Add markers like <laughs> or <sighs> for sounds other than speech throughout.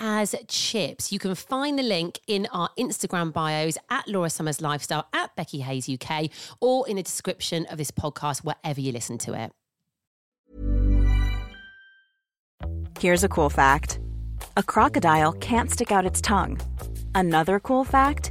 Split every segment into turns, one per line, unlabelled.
as chips. You can find the link in our Instagram bios at Laura Summers Lifestyle, at Becky Hayes UK, or in the description of this podcast, wherever you listen to it.
Here's a cool fact a crocodile can't stick out its tongue. Another cool fact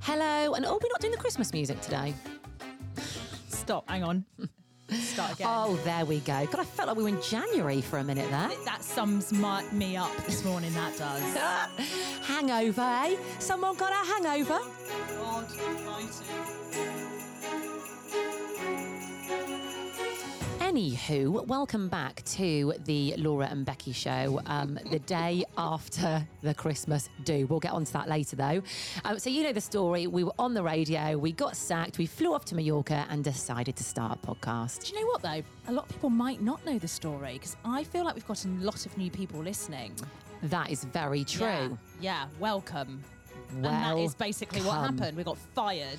Hello, and oh, we're not doing the Christmas music today.
Stop, hang on. <laughs> Start again.
Oh, there we go. God, I felt like we were in January for a minute there.
That sums my, me up this morning, that
<laughs>
does.
hangover, eh? Someone got a hangover? Anywho, welcome back to the Laura and Becky show, um, the day after the Christmas do. We'll get onto that later, though. Um, so, you know the story. We were on the radio, we got sacked, we flew off to Mallorca and decided to start a podcast.
Do you know what, though? A lot of people might not know the story because I feel like we've got a lot of new people listening.
That is very true.
Yeah, yeah, welcome. and that
Well
is basically what
come.
happened. We got fired.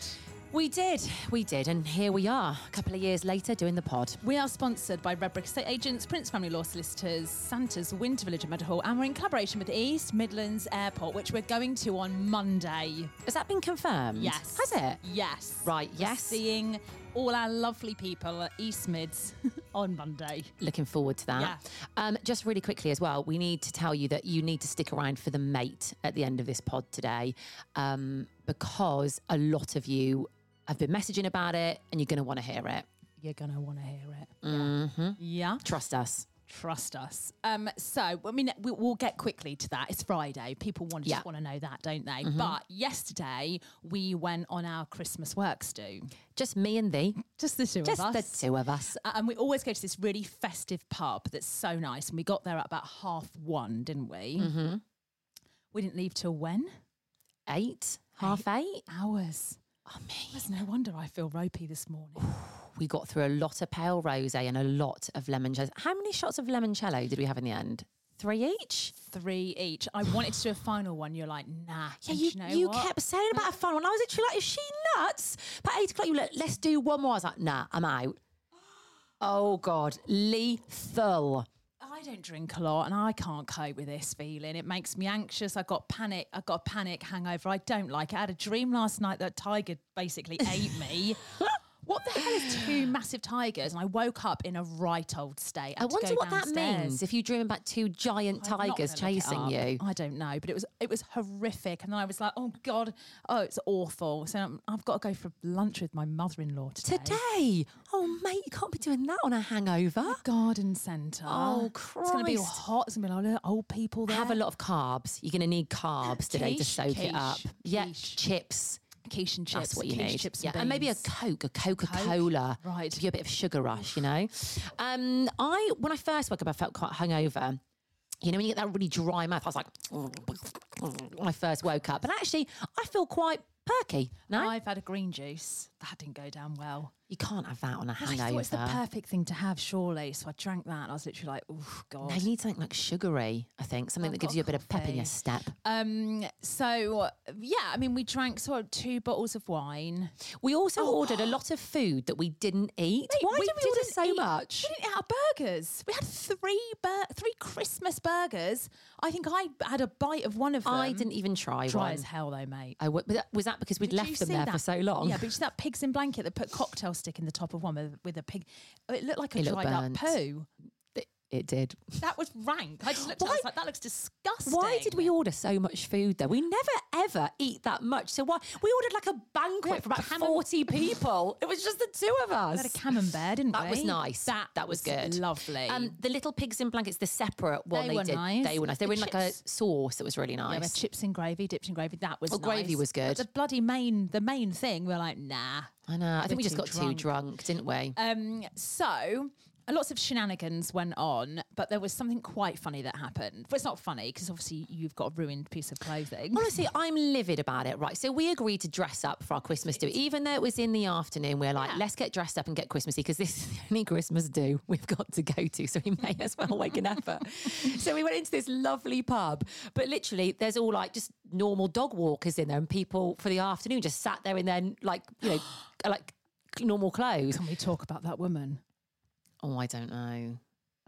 We did, we did, and here we are, a couple of years later, doing the pod.
We are sponsored by Redbrick Estate Agents, Prince Family Law Solicitors, Santa's Winter Village at Meadowhall, and we're in collaboration with East Midlands Airport, which we're going to on Monday.
Has that been confirmed?
Yes.
Has it?
Yes.
Right,
We're
yes.
Seeing all our lovely people at East Mids <laughs> on Monday.
Looking forward to that.
Yeah.
Um, just really quickly as well, we need to tell you that you need to stick around for the mate at the end of this pod today um, because a lot of you have been messaging about it and you're going to want to hear it.
You're going to want to hear it. Mm-hmm. Yeah.
Trust us.
Trust us. Um, so, I mean, we, we'll get quickly to that. It's Friday. People want
Yeah.
just want to know that, don't they? But yesterday we went on our Christmas works do.
Just me and thee.
Just the two
Just
of us.
the two of us.
Uh, and we always go to this really festive pub that's so nice. And we got there at about half one, didn't we? Mm-hmm. We didn't leave till when?
Eight, half eight.
Hours.
I mean,
There's no wonder I feel ropey this morning.
we got through a lot of pale rose and a lot of limoncello. How many shots of limoncello did we have in the end? Three each?
Three each. I wanted to do a final one. You're like, nah.
Yeah,
And
you,
do know
you
what?
kept saying about a final one. I was literally like, is she nuts? But eight o'clock, you were like, let's do one more. I was like, nah, I'm
<gasps>
out. Oh God, lethal.
I don't drink a lot and I can't cope with this feeling. It makes me anxious. I got panic. I got a panic hangover. I don't like it. I had a dream last night that a tiger basically
<laughs>
ate me. What the hell is two massive tigers? And I woke up in a right old state.
I wonder what that means if you dream about two giant tigers chasing you.
I don't know, but it was it was horrific. And then I was like, oh god, oh it's awful. So um, I've got to go for lunch with my mother-in-law today.
Today, oh mate, you can't be doing that on a hangover.
Garden centre.
Oh,
It's going to be all
Christ.
hot. It's going to be a lot of old people there. <gasps>
Have a lot of carbs. You're going to need carbs today to
Quiche,
soak it up.
quiche,
Yeah,
quiche.
chips,
quiche and chips.
That's what you
quiche,
need.
Chips
yeah,
and,
and maybe a
beans.
Coke, a Coca Cola,
right.
Give you a bit of sugar rush, you
<sighs>
know. Um, I when I first woke up, I felt quite hungover. You know, when you get that really dry mouth, I was like, <sniffs> when I first woke up. But actually, I feel quite perky. No,
I've had a green juice. That didn't go down well.
you can't have that on a
I
hangover.
thought it's the perfect thing to have, surely. So I drank that and I was literally like, oh, God.
no, you need something like sugary, I think, something
Oh, I've
that gives
got
you a bit of pep in your
coffee.
step.
Um, so, yeah, I mean, we drank sort of two bottles of wine.
We also
<gasps>
ordered a lot of food that we didn't eat. Why
we
did we order
oh, didn't
so
eat-
much?
We didn't eat our burgers. We had three bur- three Christmas burgers. I think I had a bite of one of them.
I didn't even try,
Dry
one.
as hell, though, mate.
I w- but that- was that because we'd
Did you
left them
see
there for
that?
so long?
Yeah, but you see that pigs in blanket that put cocktail stick in the top of one with, with a pig. oh, It looked like a
It looked
dried up
burnt.
poo.
it did.
That was rank. I just looked at it. I
Why-
was like, that looks disgusting.
Why did we order so much food though? We never ever eat that much. So why we ordered like a banquet for about
camem-
forty people? It was just the two of
We
us.
had a <laughs> camembert, didn't we?
that was nice.
That,
was good.
Lovely.
Um, the little pigs in blankets, the separate one
They
they,
were
did.
nice.
They were nice. They
The
were in like
chips-
a sauce that was really
Yeah, we
nice.
had chips and gravy, dipped in Oh, gravy. That was
Well, gravy
nice.
was
But
good.
the bloody main, the main thing, we were like, nah.
I know. I
We're
think we just
too
got too drunk, didn't we?
Um, so uh, lots of shenanigans went on, but there was something quite funny that happened. Well, it's not funny because obviously you've got a ruined piece of clothing. <laughs>
Honestly, I'm livid about it. Right. So we agreed to dress up for our Christmas do. Even though it was in the afternoon, we're like, let's get dressed up and get Christmassy because this is the only Christmas do we've got to go to. So we may as well make an
<laughs>
effort. so we went into this lovely pub, but literally there's all like just normal dog walkers in there and people for the afternoon just sat there in their like, you
<gasps>
know, like normal clothes.
Can we talk about that woman?
Oh, I don't know.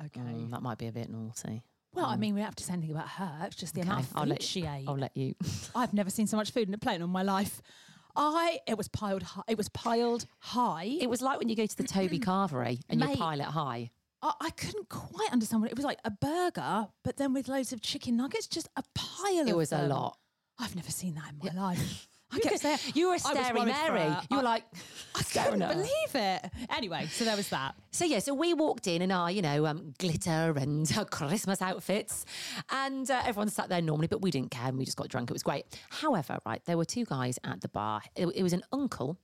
Okay.
Mm, that might be a bit naughty.
Well, I mean, we don't have to say anything about her. It's just the amount of food
I'll let,
she ate.
I'll let you. <laughs>
I've never seen so much food in a plane in my life. I it was piled. High, it was piled high.
It was like when you go to the Toby Carvery and you
Mate.
pile it high.
I, I couldn't quite understand what it was like. A burger, but then with loads of chicken nuggets, just a pile.
It
of
was a
them.
lot.
I've never seen that in
<laughs>
my life. I kept
could-
saying
you were
I was
staring
worried for
Mary.
her.
You were
I-
like
I
staring
couldn't
at her.
believe it. Anyway, so there was that.
So yeah, so we walked in in our, you know, um, glitter and <laughs> Christmas outfits, and uh, everyone sat there normally, but we didn't care. and We just got drunk. It was great. However, right, there were two guys at the bar. It, it was an uncle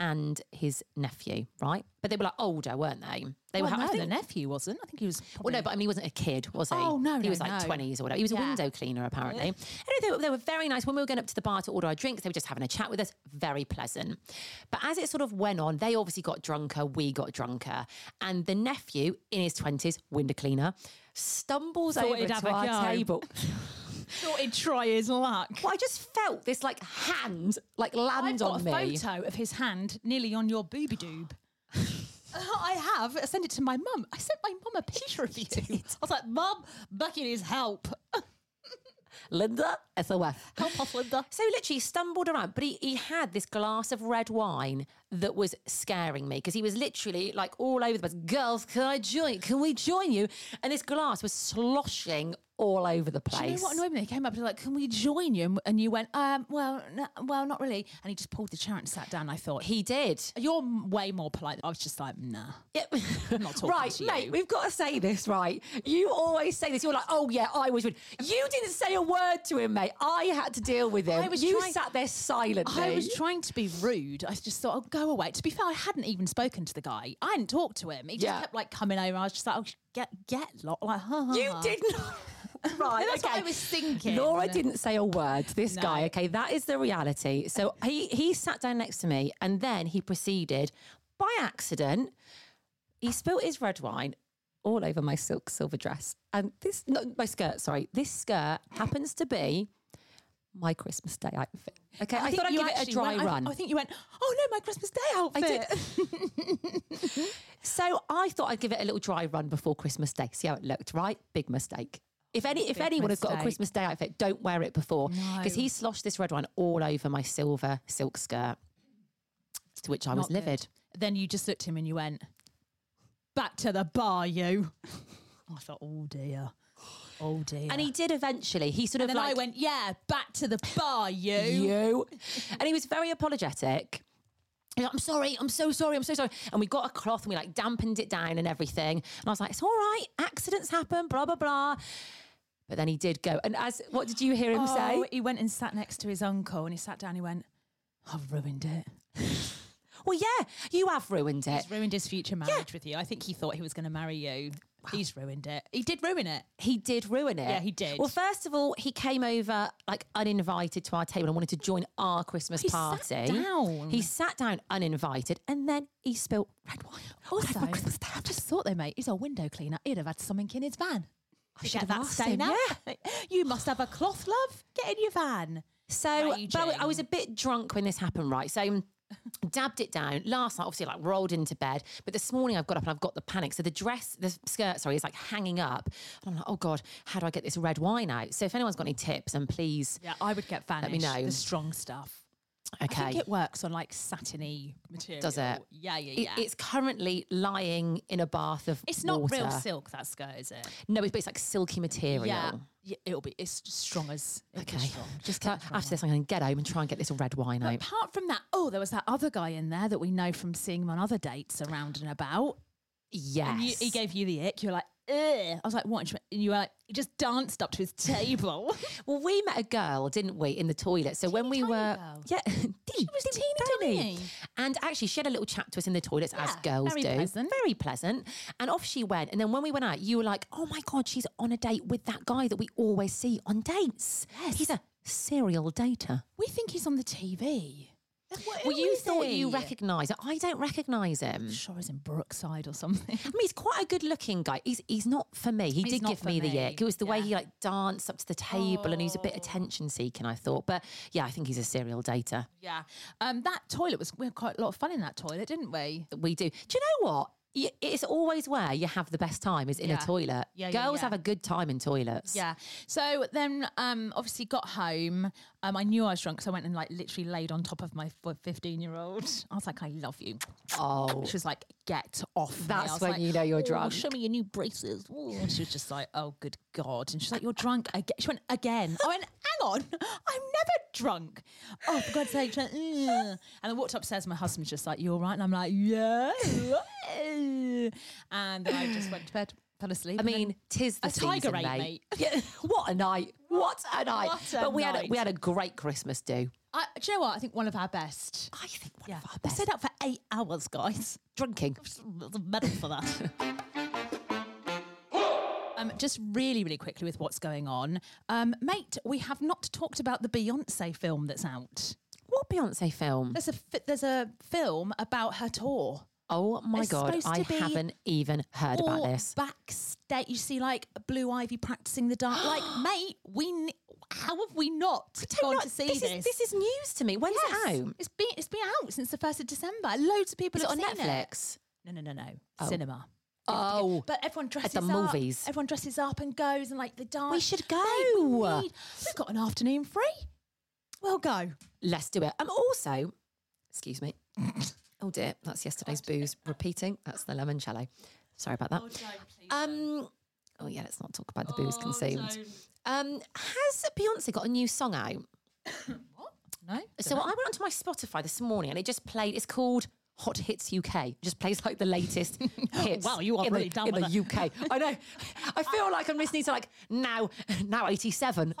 and his nephew, right? But they were like older, weren't they? They
well,
were.
no,
I
the
think-
nephew wasn't. I think he was.
Well, no,
probably-
but I mean, he wasn't a kid, was he?
Oh, no,
he
no,
was like
no.
twenties or whatever. He was a
Yeah.
window cleaner, apparently. Anyway, they, they were very nice. When we were going up to the bar to order our drinks, they were just having a chat with us. Very pleasant. But as it sort of went on, they obviously got drunker. We got drunker, and the nephew in his twenties, window cleaner, stumbles
Thought
over
he'd have
to
a
our
go. <laughs>
table.
thought he'd try his luck.
well, I just felt this like hand like land
I've got
on
a
me.
photo of his hand nearly on your
<laughs>
booby doob. I have. I sent it to my mum. I sent my mum a picture of you. I was like, Mum, Becky needs help.
Linda, SOF.
Help us, Linda.
So literally he stumbled around, but he, he had this glass of red wine that was scaring me because he was literally like all over the place. Girls, can I join? Can we join you? And this glass was sloshing all over the place.
Do you know what annoyed me? He came up and was like, "Can we join you?" And- And you went, um, "Well, no, well, not really." And he just pulled the chair and sat down. I thought
he did. <laughs>
you're m- way more polite. I was just like, "Nah."
Yeah.
not talking
right,
to
mate,
you.
we've got to say this, right? You always say this. You're like, oh, yeah, I was with. You didn't say a word to him, mate. I had to deal with him.
I was
you
trying-
sat there silently.
I was trying to be rude. I just thought, "Oh, go away." To be fair, I hadn't even spoken to the guy. I hadn't talked to him. He just
Yeah.
kept like coming over. I was just like, "Oh, get get lot." Like, ha, ha,
You
ha.
did not. Uh-huh. <laughs> Right,
That's what
okay.
I was thinking.
Laura didn't say a word to this
No.
guy. Okay, that is the reality. So he he sat down next to me, and then he proceeded by accident. He spilt his red wine all over my silk silver dress, and this no, my skirt. Sorry, this skirt happens to be my Christmas Day outfit. Okay, I,
think
thought I'd
you
give it a
actually
dry
went- I-
run.
I, think you went, "Oh no, my Christmas Day outfit."
So I thought I'd give it a little dry run before Christmas Day. See how it looked, right? Big mistake. If any, if
Big
anyone has got a
mistake.
Christmas Day outfit, don't wear it before because
No.
he sloshed this red one all over my silver silk skirt. To which I was
Not good.
livid.
Then you just looked at him and you went, "Back to the bar, you." I thought, "Oh dear, oh dear."
And he did eventually. He sort
And
of
then
like
I went, "Yeah, back to the bar, you."
you, and he was very apologetic. He's like, I'm sorry, I'm so sorry, I'm so sorry. And we got a cloth and we like dampened it down and everything. And I was like, it's all right, accidents happen, blah blah blah. But then he did go. And as what did you hear him
Oh,
say?
he went and sat next to his uncle, and he sat down. He went, I've ruined it.
Well, yeah, you have ruined it.
He's ruined his future marriage with you. I think he thought he was going to marry you. He's ruined it. He did ruin it.
He did ruin it.
Yeah, he did.
Well, first of all, he came over like uninvited to our table and wanted to join our Christmas
He sat
party.
down.
He sat down uninvited, and then he spilt red wine. all
Also,
over Christmas
I just thought though, mate, he's a window cleaner. He'd have had something in his van. I
should have
that
asked
stain
him,
out.
<laughs>
you must have a cloth, love. Get in your van.
So, but I wa- I was a
Raging.
bit drunk when this happened, right? So, <laughs> dabbed it down last night. Obviously, like rolled into bed, but this morning I've got up and I've got the panic. So the dress, the skirt, sorry, is like hanging up, and I'm like, oh god, how do I get this red wine out? So if anyone's got any tips, and please,
Yeah, I would get vanish.
me know.
the strong stuff.
okay,
I think it works on like satiny material.
does it?
Yeah, yeah,
It-
yeah.
it's currently lying in a bath of.
It's not real
water.
silk that skirt, is it?
No, it's, but it's like silky material.
Yeah, yeah, it'll be. It's strong as it'll be
Okay.
strong.
Just
It'll
uh,
be strong.
after this, I'm going to get home and try and get this red wine
<laughs> But
out.
apart from that, oh, there was that other guy in there that we know from seeing him on other dates around and about.
Yes.
And you, he gave you the ick. You were like, Ugh. I was like, what? And you were like, he just danced up to his <laughs> table.
Well, we met a girl, didn't we, in the toilet? So when we
tiny
were,
girl.
yeah, <laughs> she
was teeny tiny.
and actually she had a little chat to us in the toilets, as
Yeah,
girls
very
do,
pleasant.
very pleasant. And off she went. And then when we went out, you were like, "Oh my god, she's on a date with that guy that we always see on dates. He's a serial dater."
we think he's on the TV. Like, what-
well,
who
you
is
thought you
he?
recognised it. I don't recognise him.
Sure, he's in Brookside or something.
I mean, he's quite a good-looking guy. He's he's not for me. He
He's
did
not
give
for
me, the
me.
ick. It was the way
Yeah. Oh.
he like danced up to the table, and he's a bit attention-seeking. I thought, but yeah, I think he's a serial dater.
<laughs> yeah. Um, that toilet was, we had quite a lot of fun in that toilet, didn't we?
that we do. Do you know what? Y- It's always where you have the best time is in
Yeah.
a toilet.
Yeah, yeah,
Girls
yeah.
have a good time in toilets.
Yeah. So then, um, obviously, got home. Um, I knew I was drunk, so I went and like literally laid on top of my fifteen-year-old. I was like, "I love you."
Oh,
She was like, "Get off!" me." I
That's
was
when
like,
you know you're
"Oh,
drunk."
Show me your new braces. Ooh. And she was just like, "Oh, good god!" And she's like, "You're drunk again." She went again. I went, "Hang on, I'm never drunk." Oh, for God's sake! She went, "Ugh." and I walked upstairs. My husband's just like, "You all right?" And I'm like, "Yeah." and then I just went to bed, fell asleep.
I
and then-
mean, tis the
a tiger
season,
ate
mate.
me.
<laughs> Yeah, what a night! What a night!
What a
but we had a,
night.
we had a great Christmas do.
I, do you know what? I think one of our best.
I think one
Yeah.
of our
We
best
stayed up for eight hours, guys.
drinking.
There's a medal
<laughs>
for that. Um, just really, really quickly with what's going on, um, mate. We have not talked about the Beyonce film that's out.
What Beyonce film?
There's a fi- there's a film about her tour.
Oh my
It's
god!
supposed
I
to be
haven't even heard about
All
this.
Backstage, you see like Blue Ivy practicing the
<gasps>
dance. like, mate, we kn- how have we not gone
Not-
to see
this,
this?
Is, this is news to me. When's it out?
It's been it's been out since the first of December. Loads of people
Is it
have
on
seen it.
Netflix?
No, no, no, no. Cinema.
Oh.
but everyone dresses
the
up.
movies.
Everyone dresses up and goes and like the dance.
should
Mate, we
go.
need- We've got an afternoon free. Well, go.
Let's do it. And also, excuse me. <laughs> oh dear, that's yesterday's booze repeating. That's the limoncello. Sorry about
Oh,
that. um. Oh yeah, let's not talk about the booze consumed. Um, has Beyonce got a new song
<coughs>
out?
No.
So I went onto my Spotify this morning and it just played. It's called Hot Hits UK. It just plays like the latest hits.
<laughs> Wow, you are
in
really
the,
down
in
with
the UK. I know. I feel like I'm listening to like now, now '87.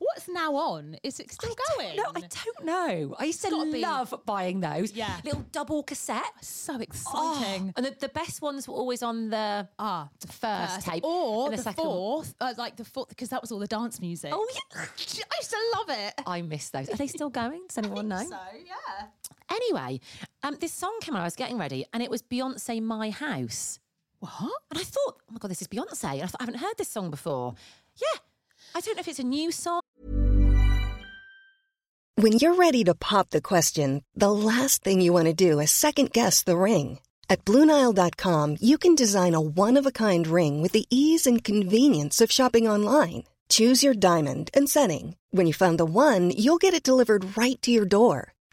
What's now on? Is it still going?
No, I don't know. I used to
gotta be-
love buying those.
Yeah.
Little double cassette.
so
Oh,
exciting.
and the, the best ones were always on the
Ah,
the first,
First,
tape.
or
and
the,
second one.
fourth, uh, like the fourth, because that was all the dance music.
Oh, yeah. Oh,
<laughs> I used to love it.
I miss those. Are they still going? <laughs> Does anyone know?
So yeah.
Anyway, um, this song came out. I was getting ready, and it was Beyonce "My House,"
What?
and I thought, "Oh my god, this is Beyonce." And I thought, I haven't heard this song before. Yeah, I don't know if it's a new song.
When you're ready to pop the question, the last thing you want to do is second guess the ring. At Bluenile.com, you can design a one of a kind ring with the ease and convenience of shopping online. Choose your diamond and setting. When you find the one, you'll get it delivered right to your door.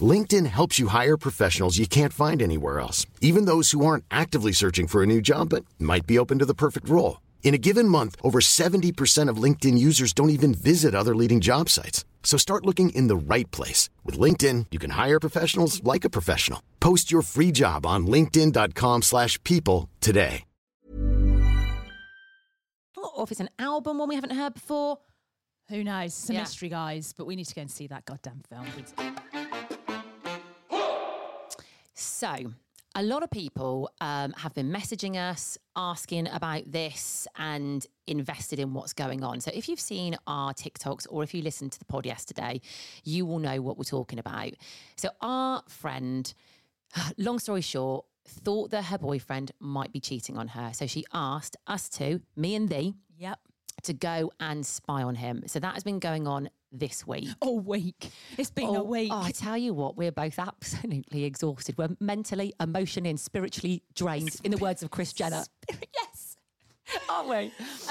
LinkedIn helps you hire professionals you can't find anywhere else, even those who aren't actively searching for a new job but might be open to the perfect role. In a given month, over 70% of LinkedIn users don't even visit other leading job sites. So start looking in the right place. With LinkedIn, you can hire professionals like a professional. Post your free job on linkedin.com/people slash people today.
Or if it's an album one we haven't heard before.
Who knows? It's a
Yeah.
mystery, guys. But we need to go and see that goddamn film.
So, a lot of people um, have been messaging us asking about this and invested in what's going on. So, if you've seen our TikToks or if you listened to the pod yesterday, you will know what we're talking about. So, our friend, <sighs> long story short, thought that her boyfriend might be cheating on her. So, she asked us two, me and thee,
Yep.
to go and spy on him. So, that has been going on this week.
All week. It's been a
Oh,
week.
oh, I tell you what, we're both absolutely exhausted. We're mentally, emotionally, and spiritually drained, in the words of Chris Jenner.
<laughs> yes.
Aren't we?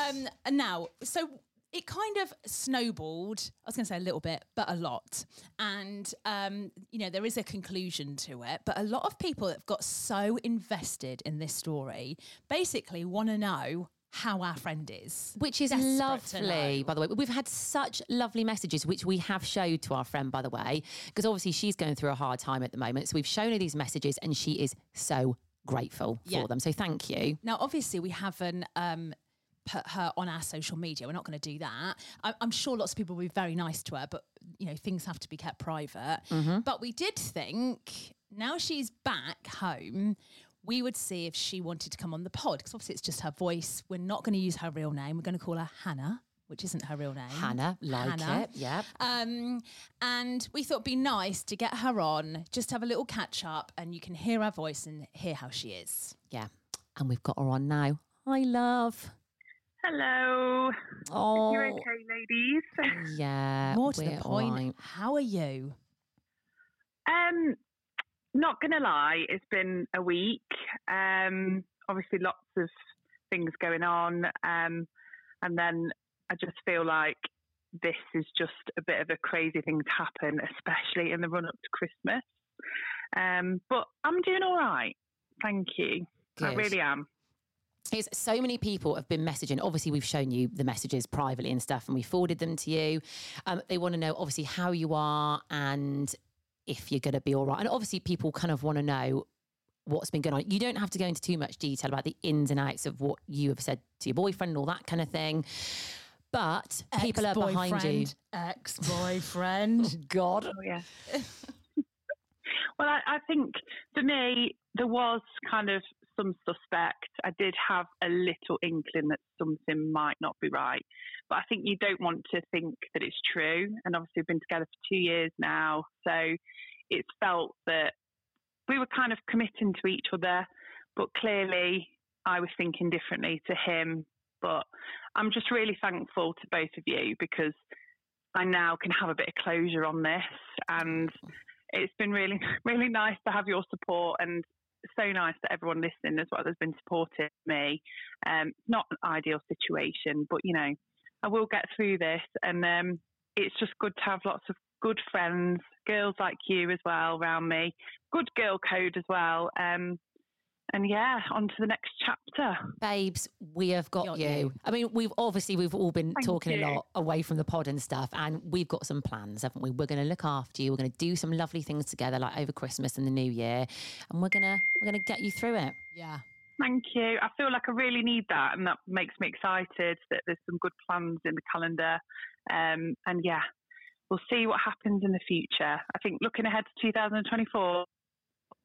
Um, and now, so it kind of snowballed. I was going to say a little bit, but a lot. And, um, you know, there is a conclusion to it. But a lot of people have got so invested in this story basically want to know how our friend is.
Which is
Desperate to
lovely,
know.
by the way. We've had such lovely messages, which we have showed to our friend, by the way, because obviously she's going through a hard time at the moment. So we've shown her these messages, and she is so grateful
Yeah.
for them. So thank you.
Now, obviously, we haven't um, put her on our social media. We're not going to do that. I- I'm sure lots of people will be very nice to her, but you know things have to be kept private.
Mm-hmm.
But we did think now she's back home. We would see if she wanted to come on the pod because obviously it's just her voice. We're not going to use her real name. We're going to call her Hannah, which isn't her real name.
Hannah, like it. Yep.
Um, and we thought it'd be nice to get her on, just have a little catch up, and you can hear her voice and hear how she is.
Yeah. And we've got her on now. Hi, love.
Hello.
Oh,
You're okay, ladies.
yeah.
More to
Uh, we're
the
all
point,
right.
how are you?
Um, not gonna lie, it's been a week. Um, obviously lots of things going on. Um, and then I just feel like this is just a bit of a crazy thing to happen, especially in the run up to Christmas. Um, but I'm doing all right. Thank you. I
Good.
really am.
It's so many people have been messaging. Obviously, we've shown you the messages privately and stuff, and we forwarded them to you. Um, they want to know, obviously, how you are and if you're going to be all right. And obviously, people kind of want to know what's been going on. You don't have to go into too much detail about the ins and outs of what you have said to your boyfriend and all that kind of thing. But people are behind you.
Ex boyfriend.
God.
Oh, yeah. well, I, I think for me, there was kind of some suspect. I did have a little inkling that something might not be right. But I think you don't want to think that it's true. And obviously, we've been together for two years now. So it's felt that <laughs> we were kind of committing to each other. But clearly, I was thinking differently to him. But I'm just really thankful to both of you because I now can have a bit of closure on this, and it's been really, <laughs> really nice to have your support, and so nice that everyone listening as well has been supporting me. Um, not an ideal situation, but you know, I will get through this, and um, it's just good to have lots of good friends, girls like you as well around me, good girl code as well, um, and yeah, on to the next chapter.
babes we have got,
Got
you.
you.
i mean we've obviously we've all been
Thank
talking
you.
a lot away from the pod and stuff and we've got some plans haven't we we're going to look after you we're going to do some lovely things together like over christmas and the new year and we're going to we're going to get you through it
yeah.
Thank you. I feel like I really need that, and that makes me excited that there's some good plans in the calendar. Um, and yeah, we'll see what happens in the future. I think looking ahead to 2024,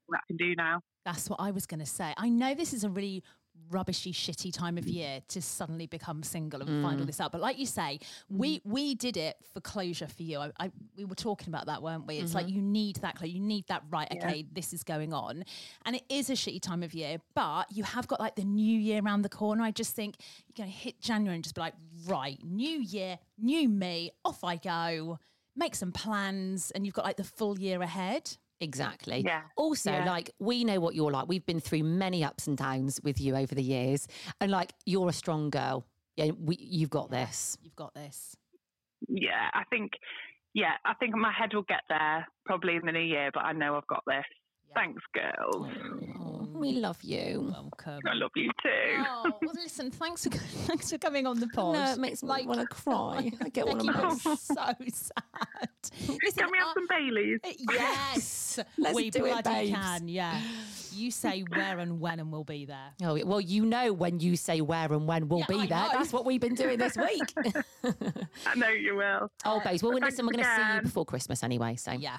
that I can do now.
That's what I was going to say. I know this is a really rubbishy, shitty time of year to suddenly become single and find all this out. But like you say, we we did it for closure for you. I, I we were talking about that, weren't we? It's like you need that closure. You need that right. Okay, this is going on, and it is a shitty time of year. But you have got like the new year around the corner. I just think you're going to hit January and just be like, right, new year, new me. Off I go. Make some plans, and you've got like the full year ahead.
Exactly.
Yeah.
Also,
Yeah.
like, we know what you're like. We've been through many ups and downs with you over the years. And, like, you're a strong girl. Yeah, we, you've got this.
You've got this.
Yeah, I think, yeah, I think my head will get there probably in the new year, but I know I've got this. Thanks, girls.
Oh, we love you.
Welcome.
I love you too.
Oh, well, listen, thanks for <laughs> thanks for coming on the pod. oh
No, it makes me want to cry. I get one of
Becky
those.
was so sad. Listen,
Can we have
I- Uh,
some Baileys?
Yes,
<laughs> Let's
we
do it,
bloody
babes.
can. Yeah,
<laughs>
you say where and when, and we'll be there.
Oh well, you know when you say where and when we'll
Yeah,
be
I
there.
know.
That's what we've been doing this
<laughs>
week. <laughs>
I know you will.
oh, babes. Well, listen, we're going to see you
again.
before Christmas anyway. So
Yeah,